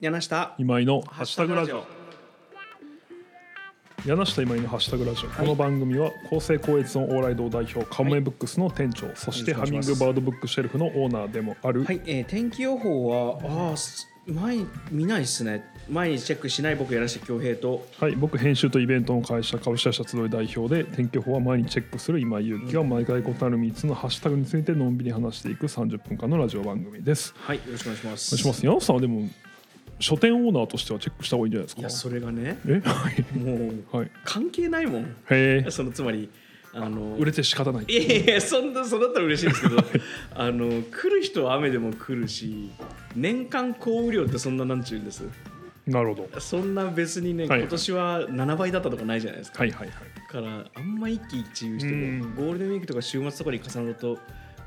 柳下今井のハッシュタグラジオ柳下今井のハッシュタグラジオ、この番組は厚生高越の往来堂代表カモエブックスの店長、そしておハ願いしミンまグすバードブックシェルフのオーナーでもある、はい、えー天気予報はあーす前見ないですね毎日チェックしない僕柳下恭平とはい、僕編集とイベントの会社株式会社集い代表で天気予報は毎日チェックする今井祐希が毎回異なる3つのハッシュタグについてのんびり話していく30分間のラジオ番組ですはいよろしくお願いしますお願いします柳下さんはでも書店オーナーとしてはチェックした方がいいんじゃないですかいやそれがねえ はいもうはい関係ないもん へえそのつまりあの売れて仕方ないいやいやそんなそんだったら嬉しいんですけど あの来る人は雨でも来るし年間降雨量ってそんななんちゅうんですなるほどそんな別にね、はい今年は7倍だったとかないじゃないですか、はいはいはいだからあんま一喜一憂してうもんゴールデンウィークとか週末とかに重なると、ま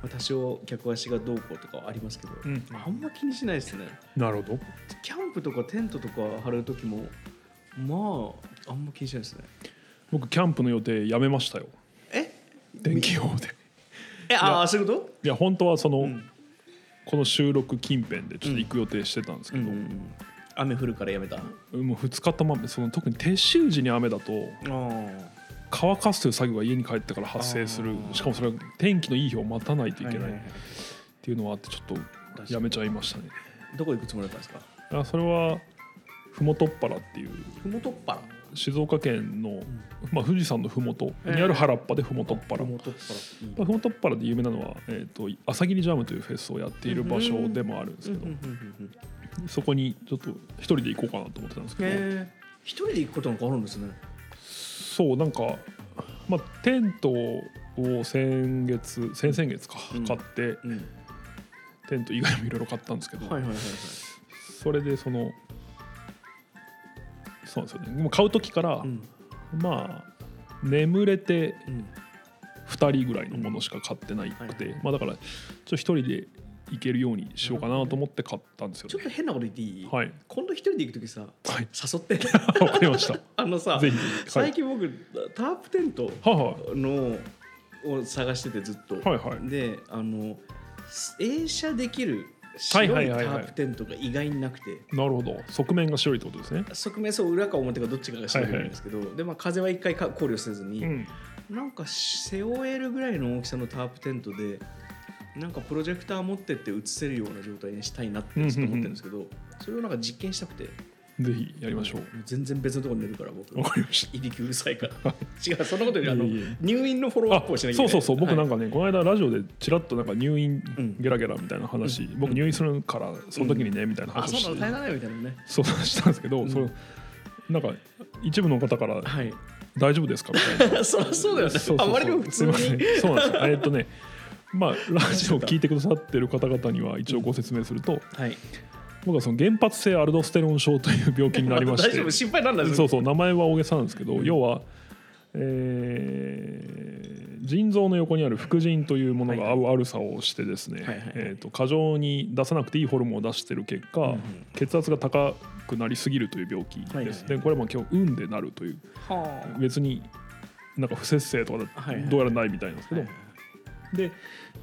あ、多少客足がどうこうとかはありますけど、うんあんま気にしないですねなるほどキャンプとかテントとか張る時もまああんま気にしないですね僕キャンプの予定やめましたよえ天気予報でえああそういうこいや本当はその、と、うんこの収録近辺でちょっと行く予定してたんですうけんど、うんうん、雨降るからやめたあもう2日たまその特に撤収時に雨だとあ乾かすという作業が家に帰ってから発生するあーしかもそれは天気のいい日を待たないといけないははっはていうのはあってちょっとやめちゃいましたねどこ行くつもりだったんですかあそれは麓っ腹っていうふもとっぱら静岡県の、まあ、富士山の麓にある原っぱで麓っ腹、ふもとっぱまあ、麓っ腹で有名なのは、えー、と朝霧ジャムというフェスをやっている場所でもあるんですけど、そこにちょっと一人で行こうかなと思ってたんですけど、へえ一人で行くことなんかあるんですねそうなんか、まあ、テントを先月先々月かうん買って、うんテント以外もいろいろ買ったんですけど、はいはいはいはいそれでそのそうなんですよねもう買う時から、うんまあ眠れてうん2人ぐらいのものしか買ってないくて、まあ、だからちょっと1人で行けるようにしようかなと思って買ったんですよちょっね、と変なこと言っていいはい今度一人で行く時さはい誘って わかりましたぜ あのさひぜひはい最近僕タープテントはいはいのを探しててずっとはいはいであの映写できる白いタはいはいはいはいープテントが意外になくてなるほど側面が白いってことですね側面そう裏か表かどっちかが白いんですけど、でまあ、風は一回か考慮せずに、うんなんか背負えるぐらいの大きさのタープテントでなんかプロジェクター持ってって映せるような状態にしたいなってちょっと思ってるんですけど、それをなんか実験したくてぜひやりましょう、全然別のところに寝るから僕わかりましいびきうるさいから 違うそんなことよりあのいえいえ入院のフォローあアップをしなきゃいけなそういそうそう僕はなんいかね、この間ラジオでちらっとなんか入院うんゲラゲラみたいな話、うん僕入院するからその時にね、みたいなあ話そをしうて、なの大変だよみたいなねそうしたんですけど、んそのなんか一部の方からはい 大丈夫ですかみたいなそりゃそうだよねそうそう そうあまりにも普通にすいませんそうなんですよえーっとね まあラジオを聞いてくださってる方々には一応ご説明すると、はい僕はその原発性アルドステロン症という病気になりまし 大丈夫て心配なんないですそうそう名前は大げさなんですけど、うん要は、えー腎臓の横にある副腎というものがはい悪さをしてですね、はいはいはいえーと過剰に出さなくていいホルモンを出してる結果、うんうん血圧が高くなりすぎるという病気です、はいはいはいでこれはまあ今日運でなるというはあ別になんか不節制とかはいはいどうやらないみたいなんですけど、はいで、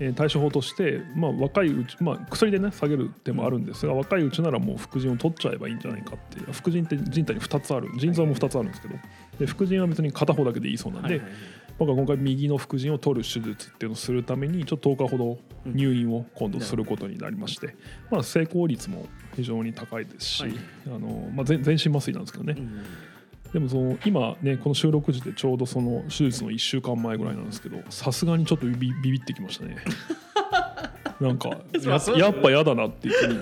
えー対処法として、まあ、若いうち、まあ、薬でね下げる手もあるんですが、若いうちならもう副腎を取っちゃえばいいんじゃないかっていう副腎って人体に2つある腎臓も2つあるんですけどで副腎は別に片方だけでいいそうなんで、はいはいはい僕は今回右の副腎を取る手術っていうのをするためにちょっと10日ほど入院を今度することになりまして、まあ、成功率も非常に高いですし、はいあのまあ、全全身麻酔なんですけどね、うんでもその今ねこの収録時でちょうどその手術の1週間前ぐらいなんですけどさすがにちょっとビビビビってきました ねなんかまあやそうですねやっぱ嫌だなっていうふうに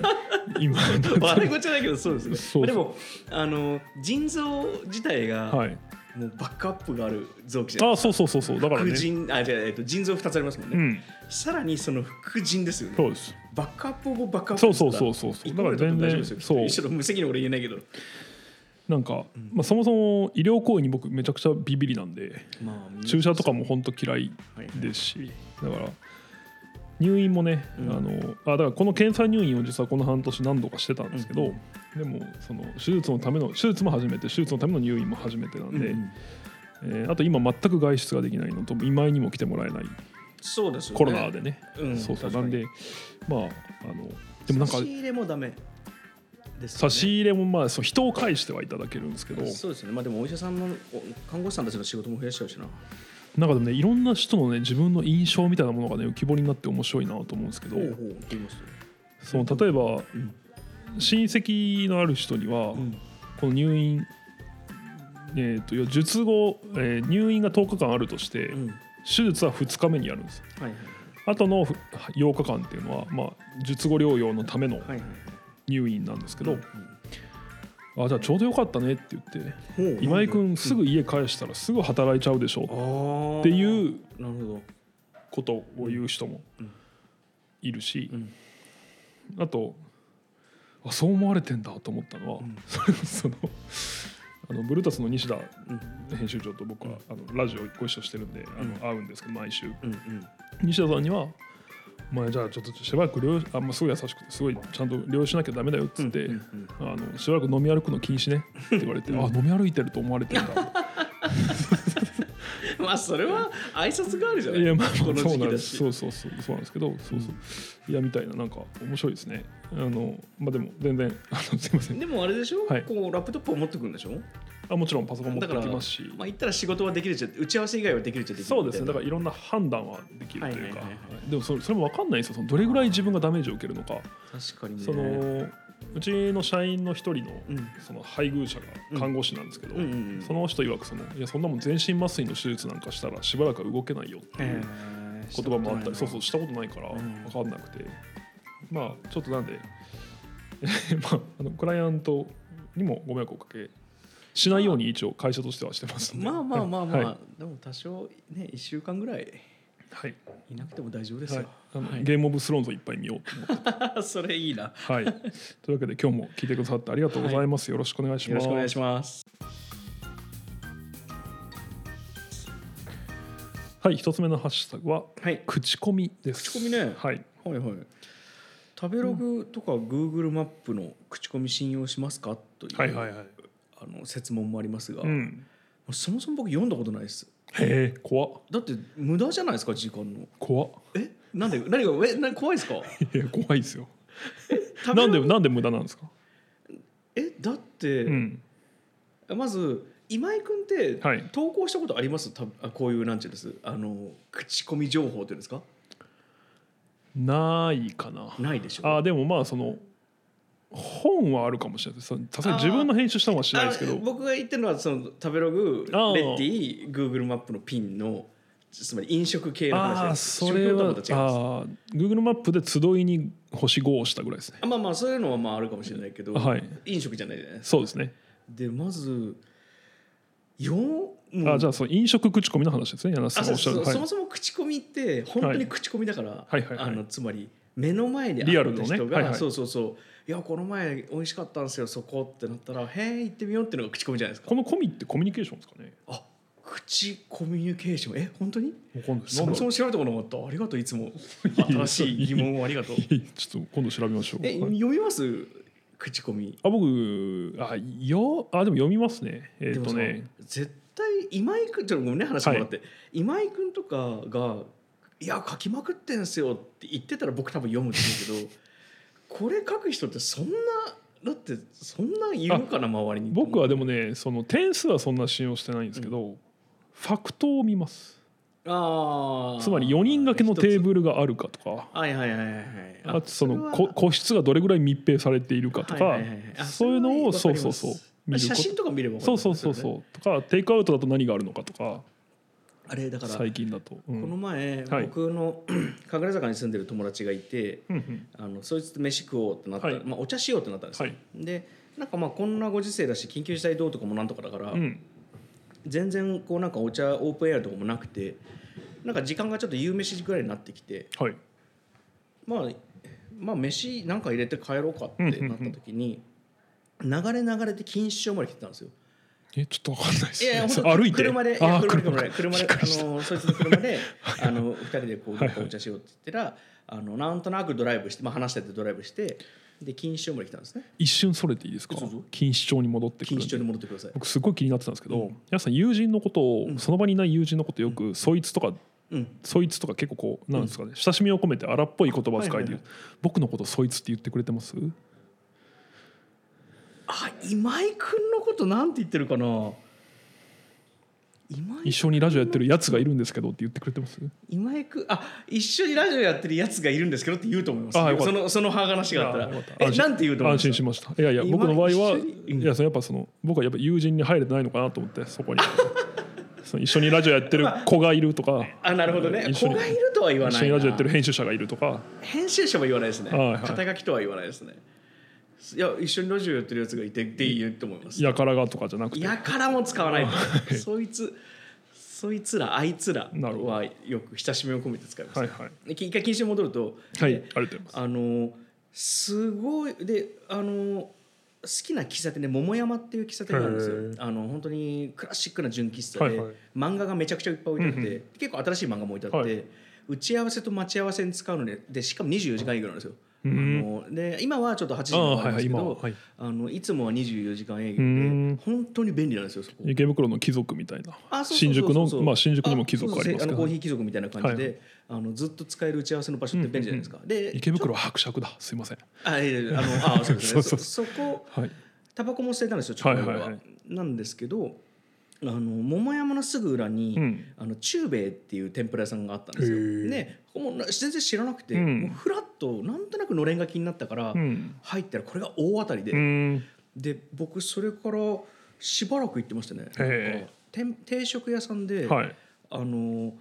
今悪いことじゃないけどそうですねそうそまあでうもあの腎臓自体が、はいもうバックアップがある臓器じゃないあそうそうそうそうだから副ね腎あじゃあ、えっと、腎臓二つありますもんね、うんさらにその副腎ですよねそうですバックアップをバックアップそうそうそうそうそうだから全然ですよだから全然一緒の無責任なこと言えないけどなんか、まあ、そもそも医療行為に僕めちゃくちゃビビりなんでまあ注射とかも本当嫌いはいですしだから入院もね、うんあのあだからこの検査入院を実はこの半年何度かしてたんですけど、うんでもその手術のための手術も初めて手術のための入院も初めてなんうんで、うんえーあと今全く外出ができないのと今井にも来てもらえないそうですよねコロナでね、うんそうそ確うかになんでまああのでもなんか差し入れもダメですよね差し入れもまあそう人を介してはいただけるんですけどそうですねまあでもお医者さんのお看護師さんたちの仕事も増やしちゃうしななんかでもねいろんな人のね自分の印象みたいなものがね浮き彫りになって面白いなと思うんですけどほうほうって言いますとその例えばうん親戚のある人にはうんこの入院えー、と要は術後、えー入院が10日間あるとして、うんは手術は2日目にやるんですよいはいあとの8日間っていうのは、まあ、術後療養のためのはいはい入院なんですけど、うんあじゃあちょうどよかったねって言ってほう今井なん君すぐ家返したらすぐ働いちゃうでしょだあってういうなるほどことを言う人もいるしうんあとあそう思われてんだと思ったのは、うんそれこ そそのあのブルータスの西田うん編集長と僕はあのラジオご一緒してるんであうんの会うんですけど毎週うんうん西田さんには「お前じゃあちょっとしばらく療養あまあすごい優しくてすごいちゃんと療養しなきゃダメだよ」っつって、うんうんあの「しばらく飲み歩くの禁止ね」って言われて「あ飲み歩いてると思われてる んだ」 うんまあそれは挨拶代わりじゃないいやまあこのそう時なん期でだすしそうそうそうそうなんですけどそうそう、いやみたいななんか面白いですねあのまあでも全然あのすいませんでもあれでしょ、はいこうラップトップを持ってくんでしょあもちろんパソコン持ってだからきますし、まあ言ったら仕事はできるじゃ打ち合わせ以外はできるじゃできるそうですねだみたかいらいろんな判断はできるといはうか、いはいはいはでもそれそれも分かんないんですよそのどれぐらい自分がダメージを受けるのか、な確かにねそのうちの社員の一人のうんその配偶者が看護師なんですけど、うんうんうんその人曰くそのいやそんなもん全身麻酔の手術なんかしたらしばらくは動けないよっていう言葉もあったりそうそうしたことないからうん分かんなくて、まあちょっとなんで、 まあ、あのクライアントにもご迷惑をおかけしないように一応会社としてはしてますんでまあまあまあまあ、はいでも多少ね1週間ぐらいはいいなくても大丈夫ですはよい、あのはいゲームオブスローンズをいっぱい見ようと思っ てそれいいな はいというわけで今日も聞いてくださってありがとうございます、よろしくお願いしよまろすしくお願いしますはい一つ目のハッシュタグははい口コミです口コミねはいはいはい食べログとか Google マップの口コミ信用しますかという、はいはいはいあの説問もありますが、うもんうそもそも僕読んだことないですへえ怖っだって無駄じゃないですか時間の怖っ えなんで何がえな怖いですかいや怖いですよ食べなロんグでなんで無駄なんですか、えだって、うんまず今井君ってはい投稿したことあります、たあこういうなんていうんですあの口コミ情報というんですかないかなないでしょあーでもまあその本はあるかもしれないですそのさすがにあー自分の編集したのはしないですけあど僕が言ってるのはその食べログレあーッティ Google マップのピンのつまり飲食系の話ああですそれはあ食とはまた違いますー Google マップで集いに星5をしたぐらいですねあまあまあそういうのはまああるかもしれないけど、はい飲食じゃないじゃないですかそうですねでまずよあんーじゃあその飲食口コミの話ですね柳あ瀬さんがそおうっしそうゃるはいそもそも口コミって本当に口コミだから、はいはいはいあのつまり目の前にリアあルるのね人が、はいはいそうそうそう「いやこの前美味しかったんですよそこ」ってなったら「へえ行ってみよう」っていうのが口コミじゃないですかこ。のコミってコミュニケーションですかねあ口コミュニケーションえ本当にわかんないですそもそも調べたことなかったありがとうい つも新しい疑問をありがとうちょっと今度調べましょうえはい読みます口コミあ僕あよあでも読みますねえでーっもとさね絶対今井君ちょっとごめんね話もらって、今井君とかが「いや書きまくってんすよ」って言ってたら僕多分読むんですけど これ書く人ってそんなだってそんないるかな周りに僕はでもねその点数はそんな信用してないんですけど、ファクトを見ますあつまり4人掛けのテールブルがあるかとかはいはいはいはいはいあとそのれはこ個室がどれぐらい密閉されているかとか、はいはいはいはいあそういうのをそそれうはそわかりまうすそ写う見ること真とか見ればわかそるうそうそうですよねそうとかテイクアウトだと何があるのかとかあれだから最近だと、うんこの前、はい僕の 神楽坂に住んでる友達がいてうんうんあのそいつと飯食おうってなった、はいまあ、お茶しようってなったんですよ、はいでなんかまあこんなご時世だし緊急事態どうとかもなんとかだから、うん全然こうなんかお茶オープンエアとかもなくてなんか時間がちょっと夕飯ぐらいになってきてはいまあまあ飯なんか入れて帰ろうかってなった時に、流れ流れて錦糸町まで来てたんです よ。えちょっとわかんないですいやいやね本そ当れ歩いて車でいあやー車で車車で車であのそいつの車 であの二人でこうはいはいどっかお茶しようって言ったらあのなんとなくドライブしてまあ話しててドライブしてで錦糸町まで来たんですね一瞬それていいですかそうそう錦糸町に戻ってく錦糸町るんでに戻ってください僕すごい気になってたんですけど、うん皆さん友人のことを、その場にいない友人のことよく、そいつとかうんそいつとか結構こうなんですかね、親しみを込めて荒っぽい言葉遣いで言う、はいはいはい僕のことそいつって言ってくれてますあ今井君のことなんて言ってるかな今井一緒にラジオやってるやつがいるんですけどって言ってくれてます今井君あ一緒にラジオやってるやつがいるんですけどって言うと思いますあよかっそたのその話があったらいやよかったえ安心なんて言うと思い安ます心しましたいやいや今僕の場合は一緒にうんいやそのやっぱその僕はやっぱ友人に入れてないのかなと思ってそこに その一緒にラジオやってる子がいるとかあなるほどね一緒子にがいるとは言わ一ない緒なにラジオやってる編集者がいるとか編集者も言わないですね、はいはい肩書きとは言わないですねいや一緒にラジオやってるやつがいてって言うと思いますやからがとかじゃなくてやからも使わないいそいつそいつらあいつらなるほどはよく親しみを込めて使います、はいはいで一回禁止に戻ると、はいありでがとうございますあのすごいであの好きな喫茶店で桃山っていう喫茶店があるんですよへーあの本当にクラシックな純喫茶で、はいはい漫画がめちゃくちゃいっぱい置いてあって、うんうん結構新しい漫画も置いてあって、はい打ち合わせと待ち合わせに使うのででしかも24時間営業なんですよ。うんあので今はちょっと8時あにあ終わはるんでいはいすけ今どは、はい、あのいつもは24時間営うん業で本当に便利なんですよそこ池袋の貴族みたいなあそうそ新うそう宿そのうそうまあ新宿にも貴族ありますあけのコどーヒー貴族みたいな感じで、はいあのずっと使える打ち合わせの場所って便利じゃないですか、で池袋は伯爵だすいませんあいやいやあのあそうですね そうそうそそこはいタバコも捨てたんですよちょっと前は,、はいはいはいなんですけどあの桃山のすぐ裏に、うんあの中米っていう天ぷら屋さんがあったんですよへーねここもな全然知らなくて、うんもうフラッとなんとなくのれんが気になったから、うん入ったらこれが大当たりで、うんで僕それからしばらく行ってましたねへえなんかてん定食屋さんで、はいあの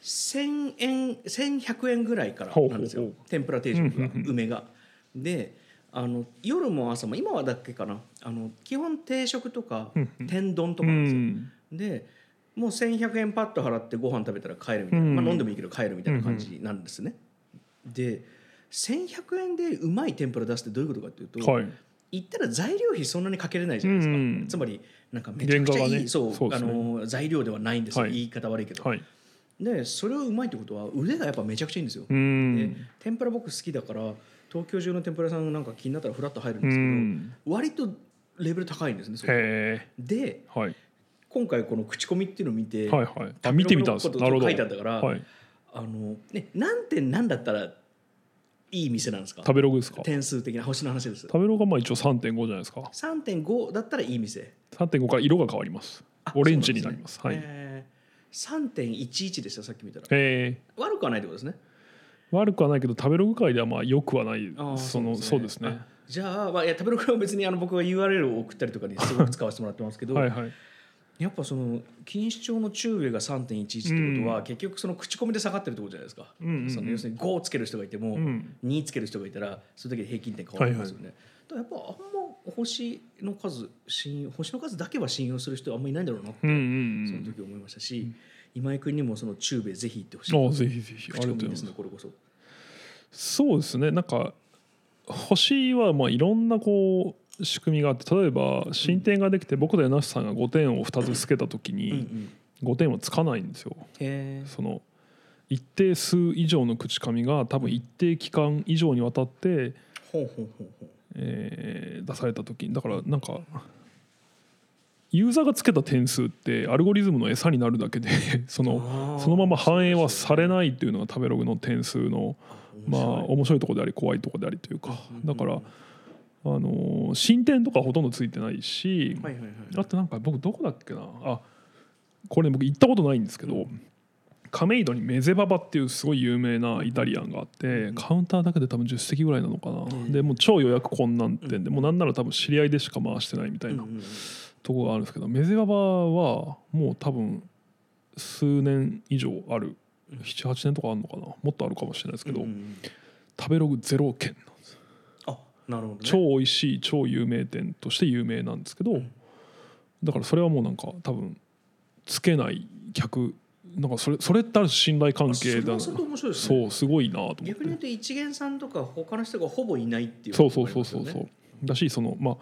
1000円1100円ぐらいからほうほうなんですよほう天ぷら定食が、うんうんうん梅が。であの夜も朝も今はだけかなあの基本定食とかうんうん天丼とうかなんですよ。んでもう1100円パッと払ってご飯食べたら帰るみたいな、うんまあ、飲んでもいいけど帰るみたいな感じなんですね。で1100円でうまい天ぷら出すってどういうことかっていうと、はい言ったら材料費そんなにかけれないじゃないですか、うんつまりなんかめちゃくちゃいい、原価がねそうそうであすねの材料ではないんですよ、はい言い方悪いけど、はいでそれをうまいってことは腕がやっぱめちゃくちゃいいんですよ、うでん天ぷら僕好きだから東京中の天ぷら屋さんなんか気になったらフラッと入るんうですけど、ん割とレベル高いんですねそれへでえはい今回この口コミっていうのを見て、はいはいあ見てみたんです食べなロるグほのどこととか書いてあったから、あはいのね何点何だったらいい店なんですか食べログですか点数的な星の話です食べログがまあ一応3.5じゃないですか3.5だったらいい店3.5から色が変わりますあオレンジになりますそうはんいですねえー3.11でしたさっき見たらええ悪くはないってことですね悪くはないけど食べログ界ではまあ良くはないあーそのそうですねあじゃあ,、まあ、いや食べログは別にあの僕が URL を送ったりとかにすごく使わせてもらってますけど、はいはいやっぱその錦糸町の中上が3.11ってことは、結局その口コミで下がってるってことじゃないですか、うんうんうんその要するに5をつける人がいても、うん2つける人がいたらその時平均点変わりますよね、だからやっぱあんま星の数信用星の数だけは信用する人はあんまりいないんだろうなってうんうんそうのん時思いましたし、今井君にもその中米ぜひ行ってほしいああぜひぜひあり口コがとうミございでますすねこれこそそうですねなんか星はまあいろんなこう仕組みがあって例えば進展ができて僕と柳瀬さんが5点を2つつけた時うんうにん5点はつかないんですよ。へえその一定数以上の口紙が多分一定期間以上にわたって、ほうほうほうほうえー出された時にだからなんかユーザーがつけた点数ってアルゴリズムの餌になるだけで そあーのそのまま反映はされないっていうのが食べログの点数のまあ面白いところであり怖いところでありというかだからあのー進展とかほとんどついてないしはいはいはいあとなんか僕どこだっけなあこれ僕行ったことないんですけど、亀戸にメゼババっていうすごい有名なイタリアンがあってカウンターだけで多分10席ぐらいなのかな、うんでもう超予約困難点でもうなんなら多分知り合いでしか回してないみたいうんなうんうんとこがあるんですけど、メゼババはもう多分数年以上ある78年とかあるのかなもっとあるかもしれないですけど、うんうんうん食べログゼロ件なんですよあなるほどね超美味しい超有名店として有名なんですけど、うんだからそれはもうなんか多分つけない客なんかそれそれってある種信頼関係だあなそれはそれで面白いですねそうすごいなと思って逆に言うと一元さんとか他の人がほぼいないっていうそこうとそもうありますそうそようねそうだしそのまあ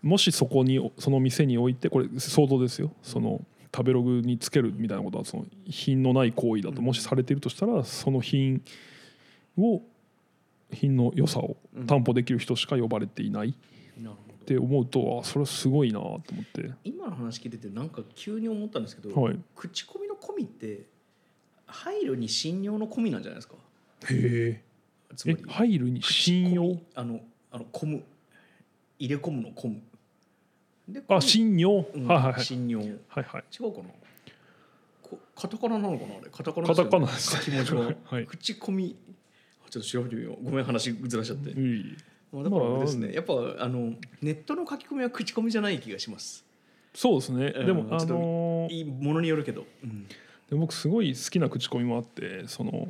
もしそこにその店に置いてこれ想像ですよその食べログにつけるみたいなことはその品のない行為だともしされているとしたらその品を品の良さを担保できる人しか呼ばれていないなるほっどて思うとあそれはすごいなと思って今の話聞いててなんか急に思ったんですけど、はい口コミの込みって配慮に信用の込みなんじゃないですかへつまえり入るに信口コ用ミあのあの込む入れ込むの込むであ信用、うんはいはいはい信用違うはいはかいなこカタカナなのかなあれカタカナカタカナです書き文字は、 はい口コミあちょっと調べてみようごめん話ずらしちゃって、いいまあ、だからあれですまねやっぱあのネットの書き込みは口コミじゃない気がしますそうですねでもうんあちょっとのーいいものによるけど、うんで僕すごい好きな口コミもあってその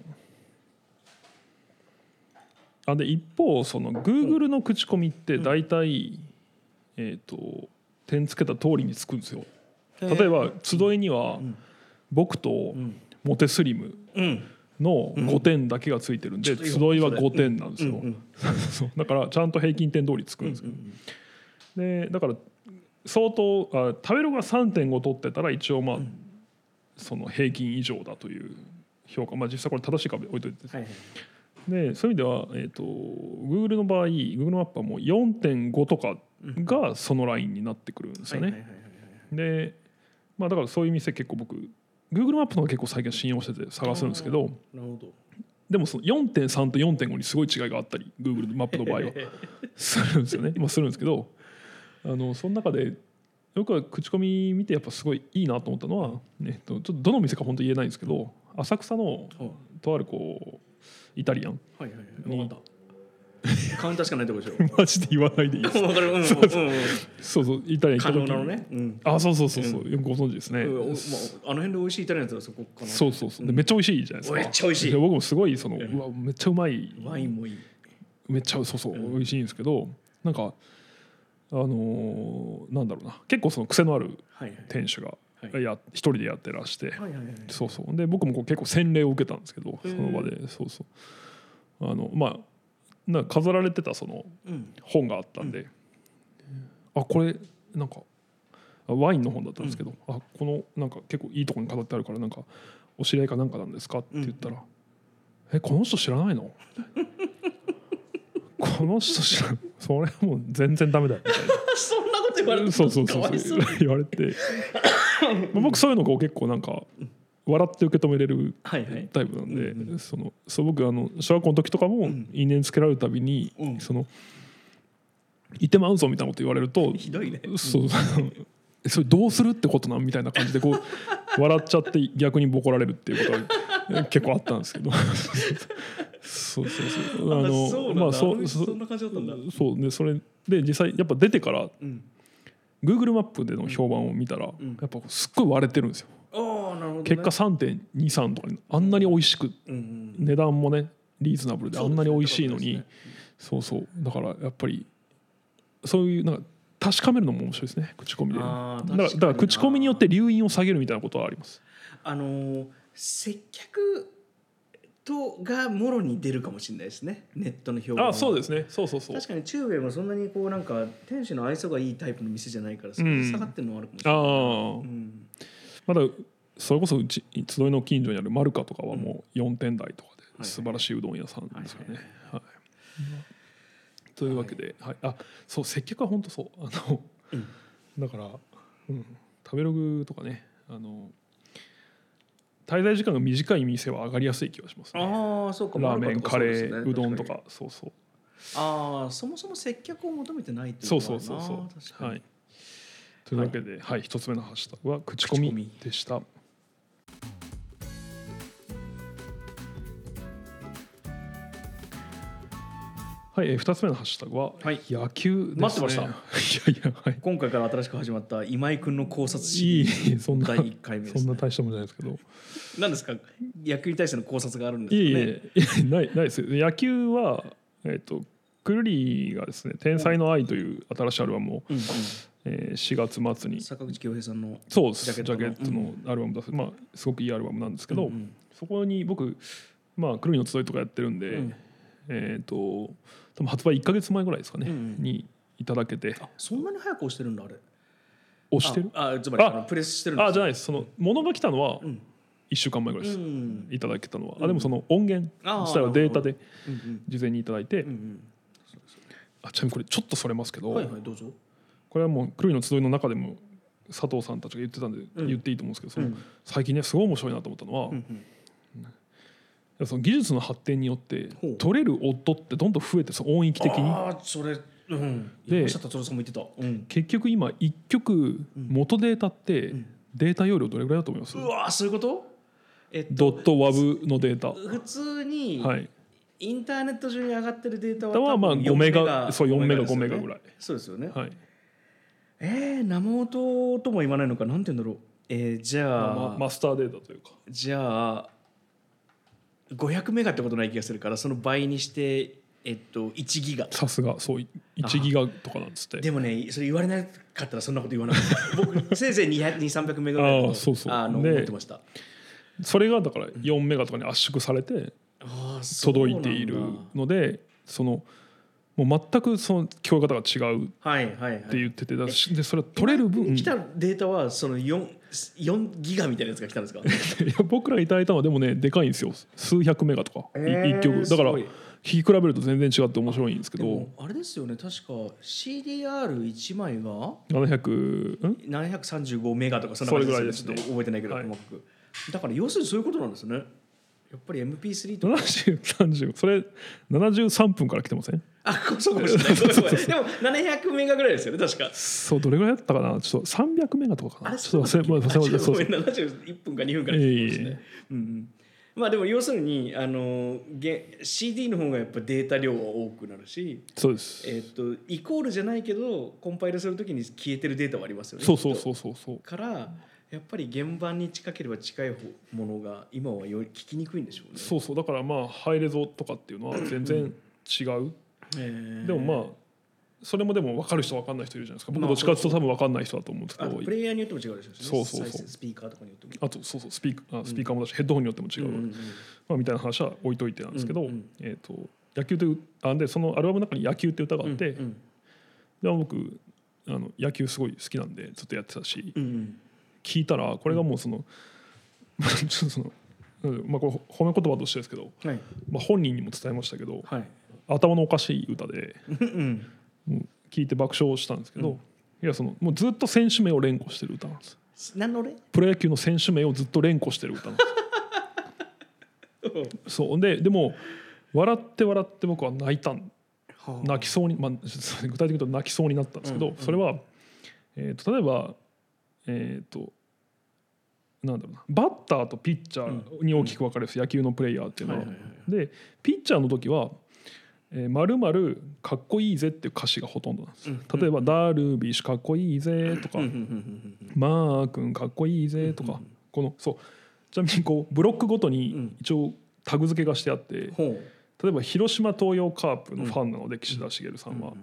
あで一方その Google の口コミって大体、えっ、と点つけた通りにつくんですよ例えば集いにはうん僕とうんモテスリムうんの5点だけがついてるんで、うん集いは5点なんですよ、うんうん そうだからちゃんと平均点通りつくんですけど、でだから相当あ食べログが3.5取ってたら一応まあ、んその平均以上だという評価まあ実際これ正しいか置いといてですはいはいでそういう意味では、えー、と Google の場合 Google マップはもう4.5とかがそのラインになってくるんですよはね。いはいはいはいでまあだからそういう店結構僕 Google マップの方が結構最近信用してて探すんですけどなるほどでもその4.3と4.5にすごい違いがあったり Google マップの 場合はするんですよね、まあ、するんですけどあのその中で僕は口コミ見てやっぱすごいいいなと思ったのは、えっと、ちょっとどの店か本当言えないんですけど浅草のはとあるこうイタリアンいはいはい分かったカウンターしかないとこ でしょマジで言わないでいいです分かるうんうんうんそうそうイタリアン行可った時能になのねうんあそうそうそうそうよくご存知ですね、うんおまああの辺で美味しいイタリアンだったらそこかなそうそうそうでめっちゃ美味しいじゃないですかめっちゃ美味しいで僕もすごいそのうんうわめっちゃうまいワインもいいめっちゃそうそううん美味しいんですけどなんかあのーなんだろうな結構その癖のあるはいはい店主がはいや一人でやってらしてはいはいはいそうそうで僕もこう結構洗礼を受けたんですけどへそーの場でそうそうあのまあなんか飾られてたそのうん本があったんで、あこれなんかあワインの本だったんですけど、あこのなんか結構いいとこに飾ってあるからなんかお知り合いかなんかなんですかって言ったら、えこの人知らない のこの人知らんそれはもう全然ダメだよみたいな。 そんなこと言われたそうそうそかわういそそうう言われ てまあ僕そういうのこう結構なんか笑って受け止めれるはいはいタイプなんで、うんそのそう僕あの小学校の時とかもん因縁つけられるたびに、うんその「いてまうぞ」みたいなこと言われるとひどいねそうあのえそれどうするってことなんみたいな感じでこう 笑っちゃって逆にボコられるっていうことは結構あったんですけどそうそうそうああそうなんのだまあそうそそんな感じだったんだうそうねそれで実際やっぱ出てからうん Google マップでの評判を見たら、んやっぱすっごい割れてるんですよああなるほどね結果3.23とかにあんなに美味しくうんうん値段もねリーズナブルであんなに美味しいのにそうそう,、そうだからやっぱりそういうなんか確かめるのも面白いですね口コミでだあかーらだ確かになから口コミによって留飲を下げるみたいなことはありますあのー接客とがもろに出るかもしれないですねネットの評判はあそうですねそうそうそう確かに中米もそんなにこうなんか店主の愛想がいいタイプの店じゃないからそうれんで下がってるのはあるかもしあれない、あうんまだそれこそうち集いの近所にあるマルカとかはもう4点台とかいで素晴らしいうどん屋さんですよねはい。はいというわけで、はいあそう接客は本当そうあの、うんだから、うん、食べログとかねあの滞在時間が短い店は上がりやすい気がしますね。ああそうかラーメンマルカとかカレそうですーねうどんと確にかそうそうああそもそも接客を求めてないっていそううのはあそうるなそうそう確かにはいというわけで、はい一つ目のハッシュタグは口口ココミミでしたはい、えー、二つ目のハッシュタグは、はい野球です、ね、待ってましたいやいやはい今回から新しく始まった今井君の考察いシリーズいそんな第1回目でそんすな大したもんじゃないですけど何ですか野球に対しての考察があるんですいよえねいえいえないないですよ野球はえっ、とクルリーがですね「天才の愛」という新しいアルバムを、うんえー、4月末うん、に坂口恭平さんのそうですジャジャケケッットトののアルバム出す、まあすごくいいアルバムなんですけど、うんうんそこに僕まあ「くるみの集い」とかやってるんで、うんえっ、と多分発売1か月前ぐらいですかね、うんうんにいただけてあそんなに早く押してるんだあれ押してるああつまりああのプレスしてるんあじゃゃないですその物が来たのはうん1週間前ぐらいです、うんいただけたのはあでもその音源あー自体はデータでうんうん事前にいただいて、うんうんあちなみにこれちょっとそれますけど、はいはいどうぞ。これはもう「くるみの集い」の中でも佐藤さんたちが言ってたんでうん言っていいと思うんですけど、そのうん最近ねすごい面白いなと思ったのは、うんうんその技術の発展によってほう取れる音ってどんどん増えてその音域的にああそれうん、で山下達郎さんも言ってた、うん、結局今1曲元データってんデータ容量どれぐらいだと思います、うわーそういうことえっドとット WAV のデータ普通にはいインターネット上に上がってるデータはだはまあ多分5メガそう4メガです5よねメガぐらいそうですよね、はいえー、生音とも言わないのかなんて言うんだろうえー、じゃあ、まあマスターデータというかじゃあ500メガってことない気がするからその倍にしてえっと1ギガさすがそうい1ギガとかなんですってでもねそれ言われなかったらそんなこと言わなか った僕せいぜい200300メガぐらいだあとーそうそうあので思ってましたそれがだから4メガとかに圧縮されてあーそう届いているなんだのでそのもう全くその聞こえ方が違うっはいはいはいて言っててだしでそれは取れる分来たデータはその 4, 4ギガみたいなやつが来たんですかいや僕らいただいたのはでもねでかいんですよ数百メガとか、いえー一曲だからすごい聴き比べると全然違って面白いんですけでどもあれですよね確か CDR1 枚が700ん735メガとかそんな感じですそれぐらいですねちょっと覚えてないけど、はい細かくだから要するにそういうことなんですねやっぱり MP3 と7030それ73分から来てませんあそうかもしれないごめんごめんでも700メガぐらいですよね確かそうどれぐらいだったかなちょっと300メガとかかあなれちょっと忘れまあ忘れましたそごうそめうん71分か2分かいらえでいえすね、うんうんまあでも要するにあのげ CD の方がやっぱデータ量は多くなるしそうですえっとイコールじゃないけどコンパイルするときに消えてるデータはありますよねそうそうきっとそうそうそうからやっぱり現場に近ければ近いものが今はより聞きにくいんでしょうね。そうそうだからまあハイレゾとかっていうのは全然違うでもまあそれもでも分かる人分かんない人いるじゃないですか僕まあどっちかっていうと多分分かんない人だと思うんですけあどプレイヤーによっても違うでしょねそうそうそう再生スピーカーとかによってもあとそうそうスピーカーあスピーカーもだしヘッドホンによっても違ううんうんまあ、みたいな話は置いといてなんですけど、うんうんえー、と野球というあでそのアルバムの中に「野球」って歌があって、うんで僕あの野球すごい好きなんでずっとやってたしうんうん聞いたらこれがもうその、 まあちょっとその。なんだろうまあ、これ褒め言葉としてですけど、うんはいまあ、本人にも伝えましたけどはい頭のおかしい歌でうん うんもう聞いて爆笑したんですけど、うんいやそのもうずっと選手名を連呼してる歌なんです何の俺プロ野球の選手名をずっと連呼してる歌なんで すそうででも笑って笑って僕は泣いたん泣きそうに、まあ、 すいません具体的に言うと泣きそうになったんですけど、うんうんそれは、えー、と例えばえっ、となんだろうなバッターとピッチャーに大きく分かれます、野球のプレイヤーっていうのは。はいはいはでピッチャーの時は「まるまるかっこいいぜ」っていう歌詞がほとんどなんです。うん例えば「ダルビッシュかっこいいぜ」とかうんうんうんうん「マー君かっこいいぜ」とか、このそうちなみにこうブロックごとうにん一応タグ付けがしてあってうん。ほう例えば広島東洋カープのファンなので、岸田茂さんは、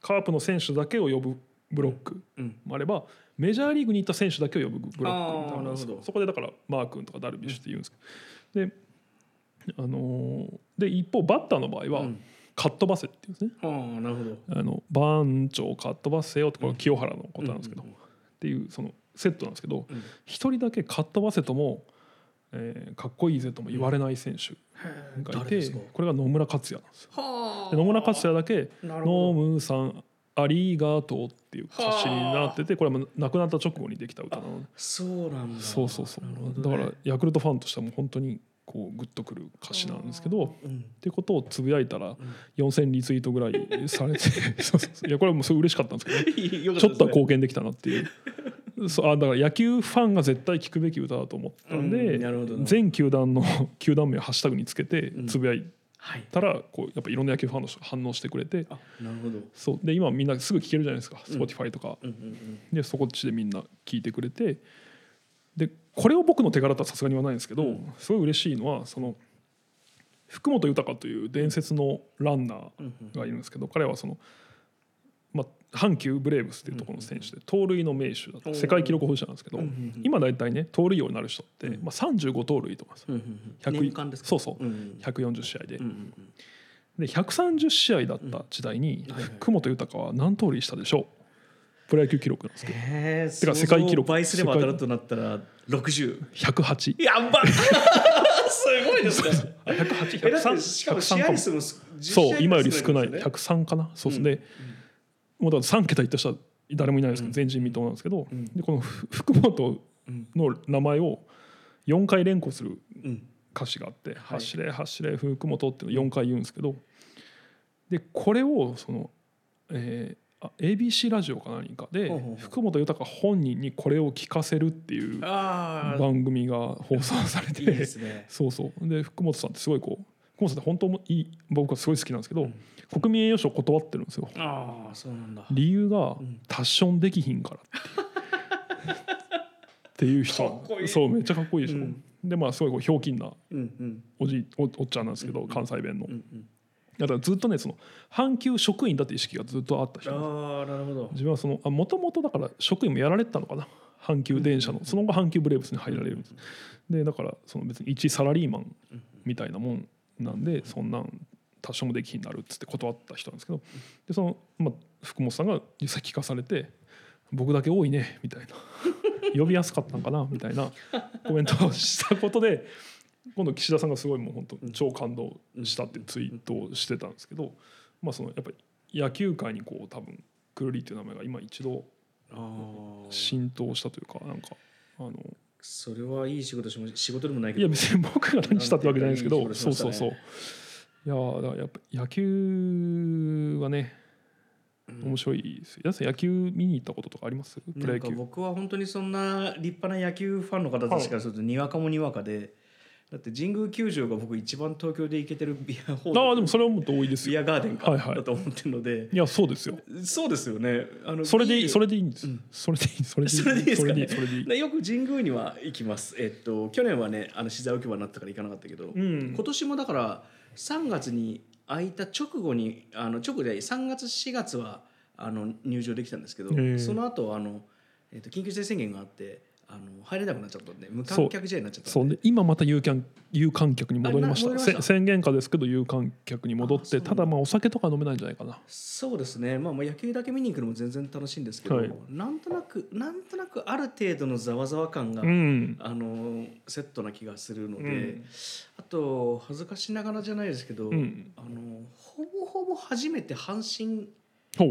カープの選手だけを呼ぶブロックうんもあればメジャーリーグに行った選手だけを呼ぶブロックみたいなのがあるんですあーなるよほどそこでだからマー君とかダルビッシュって言うんですけど、で,、あのーで一方バッターの場合は、うんカットバセっていうんですねああなるほどあの番長かっ飛ばせよとか清原のことなんですけど、うんうんっていうそのセットなんですけどうん一、人だけかっ飛ばせとも、えーかっこいいぜとも言われない選手がい誰て、ですかこれが野村克也なんですよ。はで野村克也だけ「なノるほームさんありがとう」っていう歌詞になっててこれも亡くなった直後にできた歌なのでそうなんだそうそうそう、なるほどだねからヤクルトファンとしてはもう本当にこうグッとくる歌詞なんですけど。うんってことをつぶやいたら4,000リツイートぐらいされ てそうそうそういやこれはもうすごい嬉しかったんですけどよかちたょでっすねとは貢献できたなっていうそうあだから野球ファンが絶対聞くべき歌だと思ったんで、うんなるほどな全球団の 球団名をハッシュタグにつけてんつぶやいはいたらこうやっぱいろんな野球ファンの人が反応してくれてあなるほどそうで今みんなすぐ聞けるじゃないですか Spotify とか、うんうんうんでそこっちでみんな聞いてくれてでこれを僕の手柄とはさすがに言わないんですけど、うんすごい嬉しいのはその福本豊という伝説のランナーうんがいるんですけど彼はその、まあ、阪急ブレーブスっていうところの選手で盗塁の名手だったおー世界記録保持者なんですけどうんうんうん今大体ね盗塁王になる人って、うんまあ、35盗塁とかですうんうん100年間ですかそうそううんうん140試合でうんうんうんで130試合だった時代にうんはいはい福本豊は何盗塁したでしょうプロ野球記録なんですけどえー、てか世界記録想像倍すれば当たるとなったら60 108。やば すごいですねあ108えだってしかも試103か合も数も少そう今より少な10い試合ぐら103かなそうですうんね、もうだ3桁いった人は誰もいないですけど、前人未到なんですけど、うんでこのふ福本の名前を4回連呼するいうん歌詞があって「走れ走れ福本」っていうのを4回言うんですけどでこれをそのえーあ ABC ラジオか何かでほうほうほう福本豊本人にこれを聞かせるっていうああ番組が放送されいていです ねそうそうで福本さんってすごいこう福本さんって本当もいい僕はすごい好きなんですけど、うん国民栄誉賞断ってるんですよああそうなんだ理由がうん「タッションできひんから」 っていうっていう人かっこいいそうめっちゃかっこいいでしょ、うんでまあすごいこうひょうきんなうんうんおじいおおっちゃんなんですけど、うん関西弁のうんうんだからずっとねその半休職員だって意識がずっとあった人なんですああなるほど自分はそのもともとだから職員もやられてたのかな阪急電車のその後阪急ブレーブスに入られるんですでだからその別に一サラリーマンみたいなもんなんでそんなん多少もできひんなるっつって断った人なんですけどでその、まあ、福本さんが実際聞かされて「僕だけ多いね」みたい な呼びやすかったんかなみたいなコメントをしたことで今度岸田さんがすごいもう本当超感動したってツイートをしてたんですけど、まあ、そのやっぱり野球界にこう多分くるりっていう名前が今一度ああ浸透したというかなんかあのそれはいい仕事しまし仕事でもないけいどや別に僕が何したってわけじゃないんですけどなんていうかそいうい仕事そうしそまういやーだからやっぱ野球はね面白いですよ皆さん野球見に行ったこととかありますプロなん野か球僕は本当にそんな立派な野球ファンの方たちからするとにわかもにわかでだって神宮球場が僕一番東京で行けてるビアホールああでもそれはもっと多いですビよアガーデンかはいはいだと思ってるのでいやそうですよそうですよねあのそれでいビーいルそれでいいんですうんそれでいいそれそれでいいででいいすそかれでいねいそれでいいでよく神宮には行きますえっと去年はねあの資材置き場になったから行かなかったけど、うん今年もだから3月に開いた直後にあの直後で3月4月はあの入場できたんですけど、ええその後あの、えっと緊急事態宣言があってあの入れなくなっちゃったんで無観客試合になっちゃったんでそうで今また有観有観客に戻りましあたな戻りせました宣言下ですけど有観客に戻っあそうてなんだただまあお酒とか飲めないんじゃないかなそうですね、まあ、まあ野球だけ見に行くのも全然楽しいんですけど、はいなんとなくなんとなくある程度のざわざわ感が、うんあのセットな気がするので、うんあと恥ずかしながらじゃないですけど、うんあのほぼほぼ初めて阪神、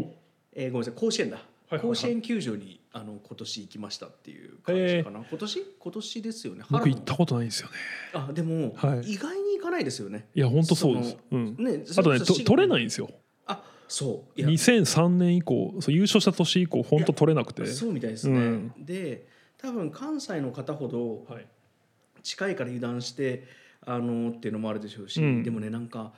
ほうえーごめんなさい甲子園だ、はいはいはい甲子園球場にあの今年行きましたっていう感じかな、今年今年ですよね僕春行のったことないんですよねあでも、はい意外に行かないですよね。いや本当そうですそうんねあとねと取れないいんですよあそういや2003年以降そう優勝した年以降本当取れなくてそうみたいですね、うんで多分関西の方ほどはい近いから油断してあのっていうのもあるでしょうし、うんでもねなんか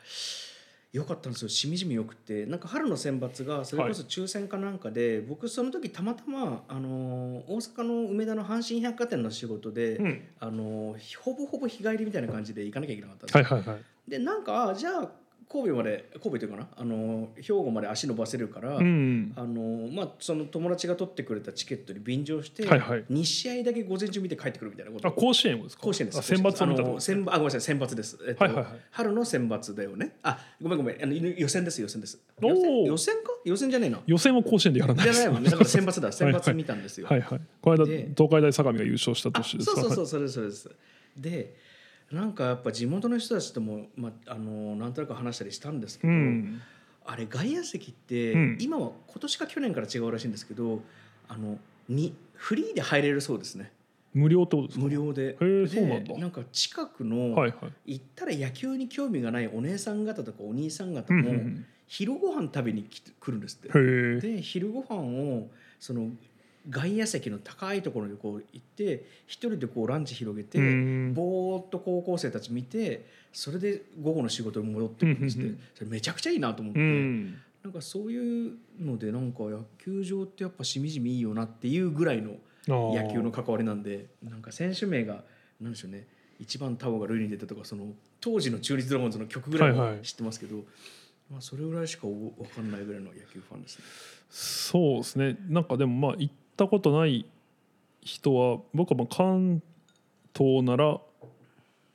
良かったんですよしみじみよくってなんか春の選抜がそれこそ抽選かなんかで、僕その時たまたまあの大阪の梅田の阪神百貨店の仕事で、うんあのほぼほぼ日帰りみたいな感じで行かなきゃいけなかったんですはいはいはいでなんかあじゃあ神戸まで神戸というかなあの兵庫まで足伸ばせるから、うんあのまあ、その友達が取ってくれたチケットに便乗して、はいはい2試合だけ午前中見て帰ってくるみたいなことあ甲子園をですか甲子園ですあ選抜を見たあとの選抜あごめんなさい選抜です、えっとはいはいはい春の選抜だよねあごめんごめんあの予予選です予選ですお予選ー予選か予選じゃねえな予選は甲子園でやらないじゃでないすわねだから選抜だ選 はいは抜い見たんですよ、はいはいこの間で東海大相模が優勝したあ年そうですそうそううそれですそれですでなんかやっぱ地元の人たちとも、まあ、あのなんとなく話したりしたんですけうど、んあれ外野席って、うん今は今年か去年から違うらしいんですけどあのにフリーで入れるそうですね無料ってことですか無料でへえでそうなんだか近くの、はいはい行ったら野球に興味がないお姉さん方とかお兄さん方うんうも、ん昼ご飯食べに来て来るんですってうんへえで昼ご飯をその外野席の高いところにこう行って一人でこうランチ広げて、うんぼーっと高校生たち見てそれで午後の仕事に戻ってくるんですって、うんうんうんそれめちゃくちゃいいなと思って、うんなんかそういうのでなんか野球場ってやっぱしみじみいいよなっていうぐらいのあー野球の関わりなんでなんか選手名がなんでしょうね一番タオが塁に出たとかその当時の中日ドラゴンズの曲ぐらいはいははい知ってますけど、まあ、それぐらいしか分かんないぐらいの野球ファンですね。そうですねなんかでもまあ行ったことない人は僕はまあ関東なら、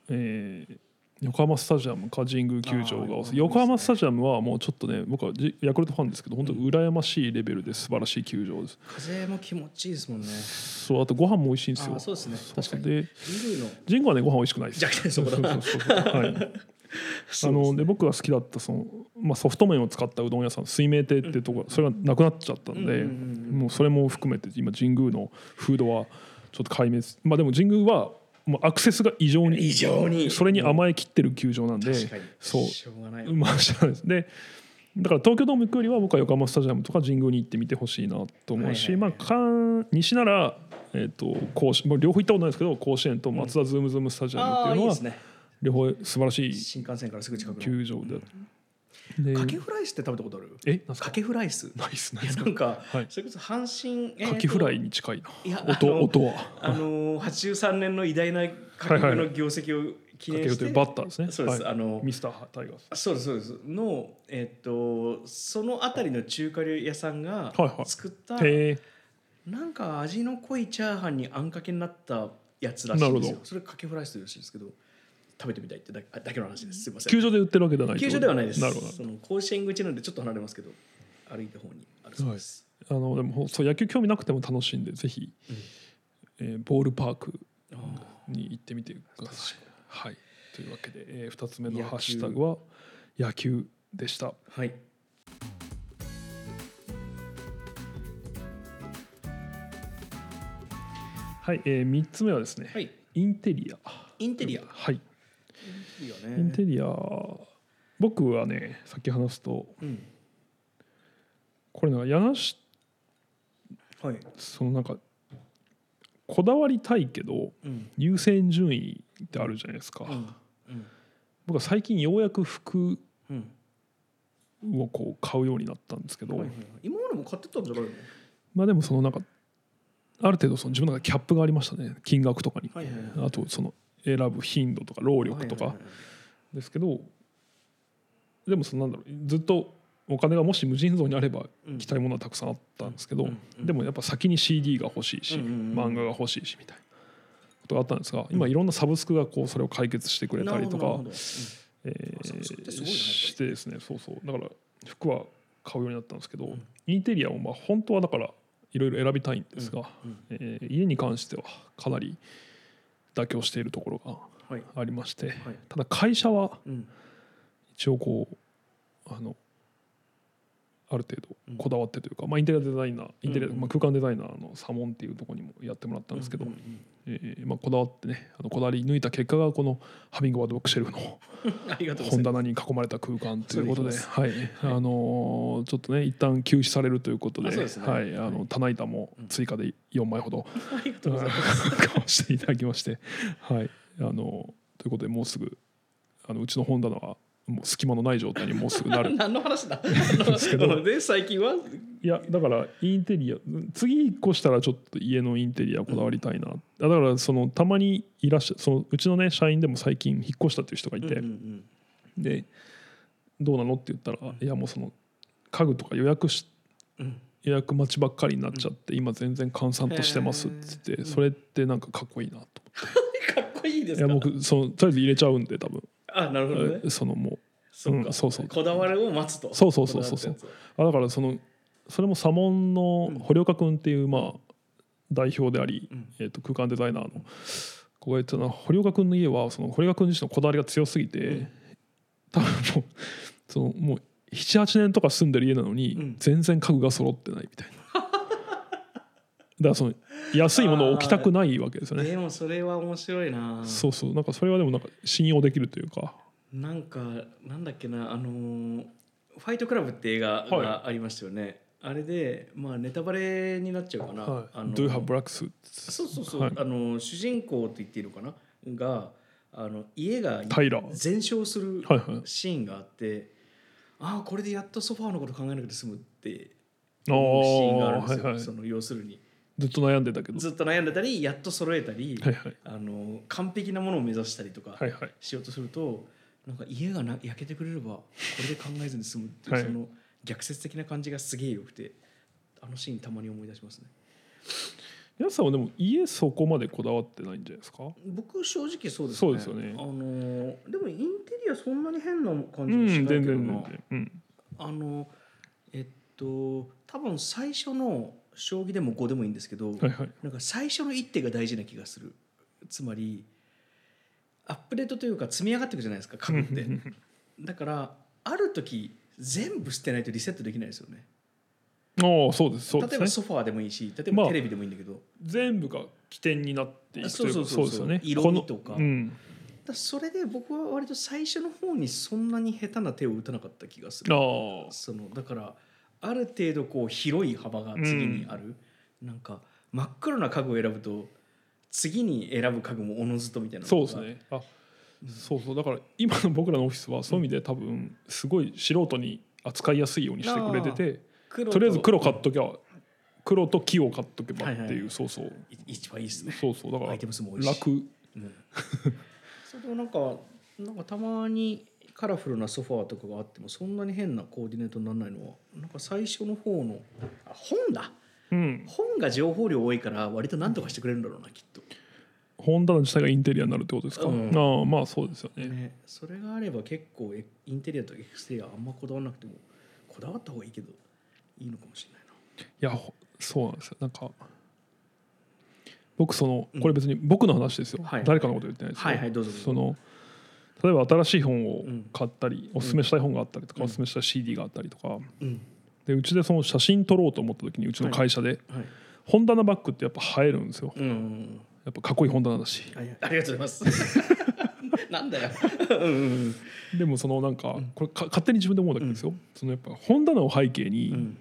えー横浜スタジアムか神宮球場があーおす横浜スタジアムはもうちょっとね僕はじヤクルトファンですけど本当羨ましいレベルで素晴らしい球場です、風も気持ちいいですもんね。そうあとご飯も美味しいんですあよそうですねそう確かにで二塁の神宮はねご飯美味しくないです弱点そこだそうそうそうはいあそうでのすで僕が好きだったその、まあ、ソフト麺を使ったうどん屋さん水明亭ってとこ、それがなくなっちゃったんで、うんうんうんもうそれも含めて今神宮のフードはちょっと壊滅まあでも神宮はもうアクセスが異常に異常にそれに甘えきってる球場なんで、確かにそうしょうがない。まあ知らないですでだから東京ドーム行くよりは僕は横浜スタジアムとか神宮に行ってみてほしいなと思うし、はいはいはいまあ関西なら、えー、と甲子もう両方行ったことないですけど甲子園と松田ズームズームスタジアムってあいあういいのではすね両方素晴らしい新幹線からすぐ近くの球場で。でかけフライスって食べたことあるえなんすかかけフライスナイスナいイやスなんか、はいそれこそ阪神カキフライイに近いないやあ音の音はあのー、83年の偉大な架は空いはのい業績を記か念けるしとて、いうバッターですねそうです、はいあのミスタータイガースそうですそうですのえっとその辺りの中華料理屋さんがはいはい作った、へえなんか味の濃いチャーハンにあんかけになったやつらしいんですなるよほどそれかけフライスというらしいんですけど食べてみたいってだあだけの話ですすいません球場で売ってるわけではないって球場ことではないですなるほどその甲子園口なんでちょっと離れますけど歩いた方にあるそうです、あのでもほそう野球興味なくても楽しいんでぜひ、えーボールパークに行ってみてください。はい、というわけで、え2つ目のハッシュタグは野球でした。はいはい、え3つ目はですね、はいインテリア。インテリアはい、いいよインねテリア僕はねさっき話すとうんこれなんか柳下はいそのなんかこだわりたいけどうん優先順位ってあるじゃないですか、うんうん僕は最近ようやく服うんをこう買うようになったんですけはど、いはいはい今までも買ってたんじゃないのまあでもそのなんかある程度その自分の中でキャップがありましたね金額とかに、はいはいあとその選ぶ頻度とか労力とはいかはいはいですけど、でもそのなんだろうずっとお金がもし無尽蔵にあればうん着たいものはたくさんあったんですけど、うんうんでもやっぱ先に CD が欲しいし、うんうんうん漫画が欲しいしみたいなことがあったんですが今いろんなサブスクがこうそれを解決してくれたりなとるかほどなるほ、どうんえサブスクってすごいなやっぱりしてですねそうそうだから服は買うようになったんですけど、インテリアをまあ本当はだからいろいろ選びたいんですが、うんえー家に関してはかなり妥協しているところがはい。ありまして、はいただ会社はうん。一応こうあのある程度こだわってというか、まあ、インテリアデザイナーインテリア、うんうんまあ、空間デザイナーのサモンっていうところにもやってもらったんですけど、うんうんえーまあ、こだわってねあのこだわり抜いた結果がこのハミングバードボックシェルフのうんありがとうございま本す。棚に囲まれた空間ということで、そはい、あのーちょっとね一旦休止されるということで、あそうですねはい、あの棚板も追加で4枚ほど、ありがとうございます。買わしていただきまして、はい、あのということでもうすぐあのうちの本棚はもう隙間のない状態にもうすぐなる。何の話だ。すけどあので最近は。 いやだからインテリア次引っ越したらちょっと家のインテリアこだわりたいな、だからそのたまにいらっしゃそのうちのね社員でも最近引っ越したという人がいて、うんうんでどうなのって言ったら、いやもうその家具とか予約しうん予約待ちばっかりになっちゃって、今全然閑散としてますっつって、それってなんかかっこいいなと思かっこいいでっていすやか。僕そのとりあえず入れちゃうんで多分、あ、なるほどね。そのもうそううんか。そうそうこだわりを待つと。そうそうそうそうそうこだわったやあだからそのそれも左門の堀岡君っていうまあ代表であり、うんえー、と空間デザイナーの子が言ってたのは堀岡君の家はその堀岡君自身のこだわりが強すぎて、うん多分もうそのもう78年とか住んでる家なのに、うん全然家具が揃ってないみ たいなだからその安いものを置きたくないわけですよつねでもそれは面白いな。そうそうなんかそれはでもなんか信用できるというかなんかなんだっけなあのーファイトクラブって映画がありましたよね。あれでまあネタバレになっちゃうか「な。はいあの Do you have black suits？そうそうそう、はいあの主人公と言っていいのかながあの家がタイラー全焼するはいはいシーンがあって、ああこれでやっとソファーのこと考えなくて済むってあ思うシーンがあるんでーすはいよ、はいその要するにずっと悩んでたけどずっと悩んでたりやっと揃えたり、はいはいあの完璧なものを目指したりとかはいはいしようとすると、なんか家がな焼けてくれればこれで考えずに済むっていう、はいその逆説的な感じがすげえよくてあのシーンたまに思い出しますね。皆さんはでも家そこまでこだわってないんじゃないですか僕正直そうですね。そうですよねあのーでもインテリアそんなに変なう感んじもし全ない然けど全な。然うんあのえっと多分最初の将棋でも碁でもいいんですけど、はいはいなんか最初の一手が大事な気がする。つまりアップデートというか積み上がっていくじゃないですか家具って。だからある時全部捨てないとリセットできないですよね。ああそうですそう例えでばすソねファーでもいいし、例えばまあテレビでもいいんだけど。全部が起点になっていくというそうそうそうそうですよね色味このとかうんだそれで僕は割と最初の方にそんなに下手な手を打たなかった気がするあそのだからある程度こう広い幅が次にある、なんか真っ黒な家具を選ぶと次に選ぶ家具もおのずとみたいなあのそうがですねあうんそうそうだから今の僕らのオフィスはそういう意味で多分すごい素人に扱いやすいようにしてくれてて黒とりあえず黒買っときゃ黒と木を買っとけばっていう、はいはいそうそうい一番いいですねそうそうだかアらイテム数も多いし楽うん それでもなんかなんかたまにカラフルなソファーとかがあってもそんなに変なコーディネートにならないのはなんか最初の方のあ本だうん本が情報量多いから割と何とかしてくれるんだろうなきっと、ホンダの自体がインテリアになるってことですか、うんああまあそうですよねね、それがあれば結構エインテリアとエクステリアあんまこだわらなくてもこだわった方がいいけどいいのかもしれないないやほそうなんですよなんか僕そのうんこれ別に僕の話ですよ、はい誰かのこと言ってないですよ、はいはいどうぞどうぞその例えば新しい本をうん買ったり、おすすめしたい本があったりとか、うんおすすめしたい CD があったりとかうんでうちでその写真撮ろうと思った時にうちの会社で、はい本棚バッグってやっぱ映えるんですようんうんうんやっぱかっこいい本棚だしあいやありがとうご ざいますなんだようんうんでもそのなんかんこれか勝手に自分で思うんだけどですよ、そのやっぱ本棚を背景に、うん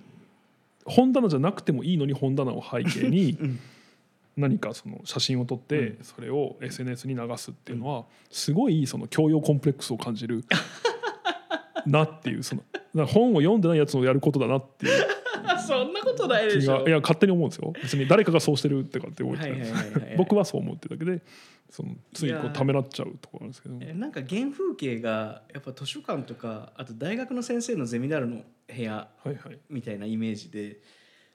本棚じゃなくてもいいのに本棚を背景に うん何かその写真を撮ってそれを SNS に流すっていうのはすごいその教養コンプレックスを感 じるなっていうそのなんか本を読んでないやつをやることだなっていうあ そんなことない で気しがょいや勝手に思うんですよ別に誰かがそうしてるってかって思ってはいなはいいはいですはいはい僕はそう思ってるだけでそのついこいうやためらっちゃうところなんですけどえなんか原風景がやっぱ図書館とかあと大学の先生のゼミナルの部屋はいはいみたいなイメージで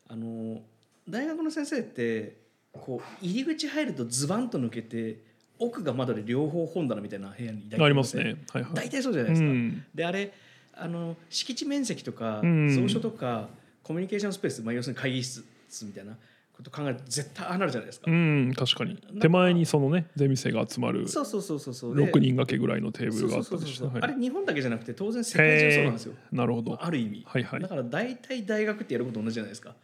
あの大学の先生ってこう入り口入るとズバンと抜けて奥が窓で両方本棚みたいな部屋に大体ありますねはいはい大体そうじゃなういですか。んであれあの敷地面積とかうん蔵書とかコミュニケーションスペース、まあ、要するに会議室みたいなこと考えると絶対ああなるじゃないですか。うん確かにんか手前にそのねゼミ生が集まるそうそうそうそうそうで6人掛けぐらいのテーブルがあったそうりそうしそてうそうはいあれ日本だけじゃなくて当然世界中そうなんですよへ、ーなるほまどあある意味、はいはいだから大体大学ってやること同じじゃないですか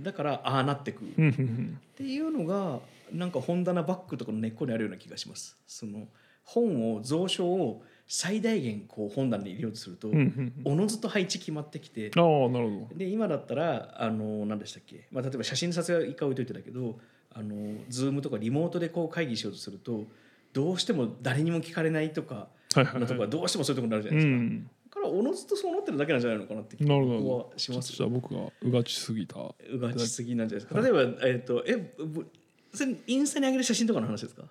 だからああなってくっうんうんうんていうのがなんか本棚バッグとかの根っこにあるような気がしますその本を蔵書を最大限こう本棚に入れようとすると、うんうんおのずと配置決まってきてああなるほどで今だったらあの何でしたっけ、まあ、例えば写真撮影は一回置いといてだけどあのズームとかリモートでこう会議しようとするとどうしても誰にも聞かれないとかはいはいなとこははいどうしてもそういうとこになるじゃうないですか、んだからおのずとそうなってるだけなんじゃないのかなってなるほ僕どはしますじゃあ僕がうがちすぎたうがちすぎなんじゃないですか例えばえっ、とえぶそれインスタに上げる写真とかの話ですか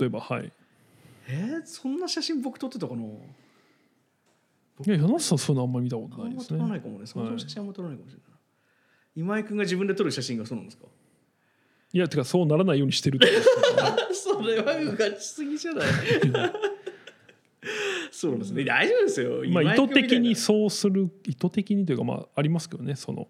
例えばはいえー、そんな写真僕撮ってたかないや柳瀬さんそういうのあんまり見たことあなんいでます撮らなねいかもねその写真あんま撮らないかもしれない、今井君が自分で撮る写真がそうなんですかいやてかそうならないようにしてるってことです ねそれはうがちすぎじゃない そうなんですね大丈夫ですよま今井あ意君み図たいな的にそうする意図的にというかまあありますけどねその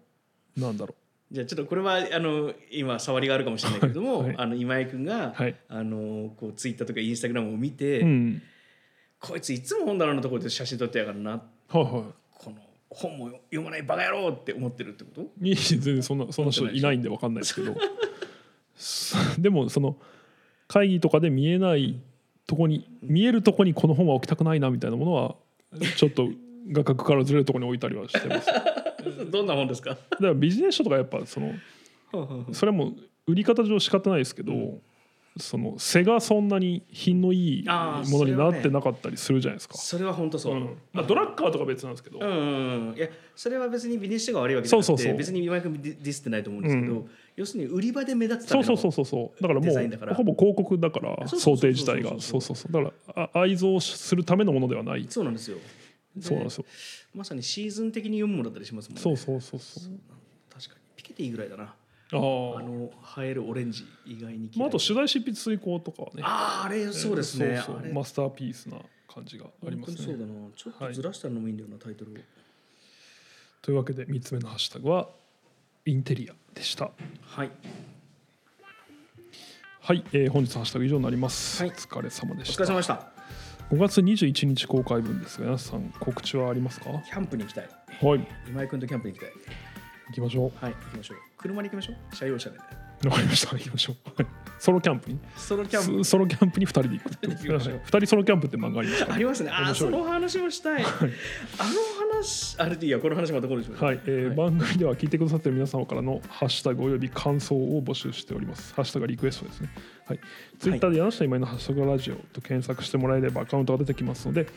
なんだろじゃあちょっとこれはあの今触りがあるかもしれないけれど も、はいあの今井君が、はいあのこうツイッターとかインスタグラムを見て、ううんこいついつも本棚のところで写真撮ってやがるなはいはいこの本も読まないバカ野郎って思ってるってこといい全然そんなそんな人いないんで分かんないですけど でもその会議とかで見えないとこに見えるとこにこの本は置きたくないなみたいなものはちょっと画角からずれるとこに置いたりはしてます だかどんな本ですからビジネス書とかやっぱそのそれはもう売り方上仕方ないですけど、うんその背がそんなに品のいいあーものになっそれはねてなかったりするじゃないですか、それは本当そう、ううんんまあ、ドラッカーとか別なんですけど、うんうんいやそれは別にビジネス書が悪いわけじゃなくてそうそうそう別に今井君ディディスってないと思うんですけど、う要するに売り場で目立つたそめうのそうそうそうそうだからもデザインだからうほぼ広告だからそうそうそうそう想定自体がそうそうそうだからあ愛憎するためのものではないそうなんですよそうなんですよまさにシーズン的に読むものだったりしますもんねそうそうそうそう確かにピケていいぐらいだなあああの映えるオレンジ以外にまあ、あとあ取材執筆遂行とかはねあーあれそうですね、そうあそれうマスターピースな感じがありま本当すにそねうだなちょっとずらしたのもいいんだよな、タイトルをというわけで3つ目のハッシュタグはインテリアでしたはいはい、えー本日のハッシュタグ以上になります、はいお疲れ様でおし疲れた様でした5月21日公開分ですが皆さん告知はありますかはキャンプに行きたいい今井君とキャンプに行きたい行きましょうはい行きましょう車に行きましょう車用車でわかりました行きましょうはいソロキャンプにソロキャンプソソロキャンプに2人で行くってことですね 二人ソロキャンプって漫画ありますかありますねあ面ーそ白いの話もしたいあの話あれでいいやこの話またこれでしょうはい、えーはい番組では聞いてくださっている皆様からのハッシュタグおよび感想を募集しております。ハッシュタグはリクエストですね。はい、ツイッターで柳下今井のハッシュタグラジオと検索してもらえればアカウントが出てきますので、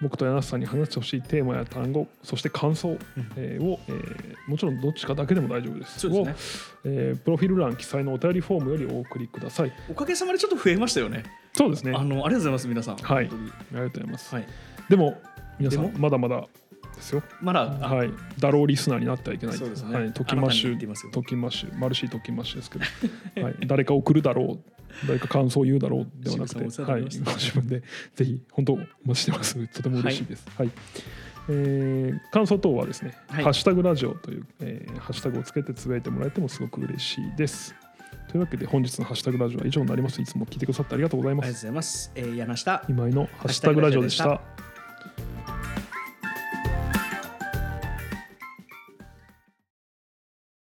僕と柳下さんに話してほしいテーマや単語、そして感想、えーを、えーもちろんどっちかだけでも大丈夫です。そうですねを、えープロフィール欄記載のお便りフォームよりお送りください。おかげさまでちょっと増えましたよねそうですね。ああのありがとうございます皆さんはい本当にりがとうございます。はいでも皆さでんもまだまだですよ。まだあはい、ダローリスナーになってはいけないそうですねはい、トキマッシあなたに言ってますュよトキマッシュマルシートキマッシュですけ ど、はい、誰か送るだろう誰か感想を言うだろうではなく渋て、沢はさい、んごお世話になりました自分でぜひ本当お待ちしてますとても嬉しいです、はいえー感想等はですね「はいハッシュタグラジオ」という、えーハッシュタグをつけてつぶやいてもらえてもすごく嬉しいですというわけで本日の「ハッシュタグラジオ」は以上になりますいつも聞いてくださってありがとうございまありがとうすございます、えー、柳下今井の「ハッシュタグラジオ」でした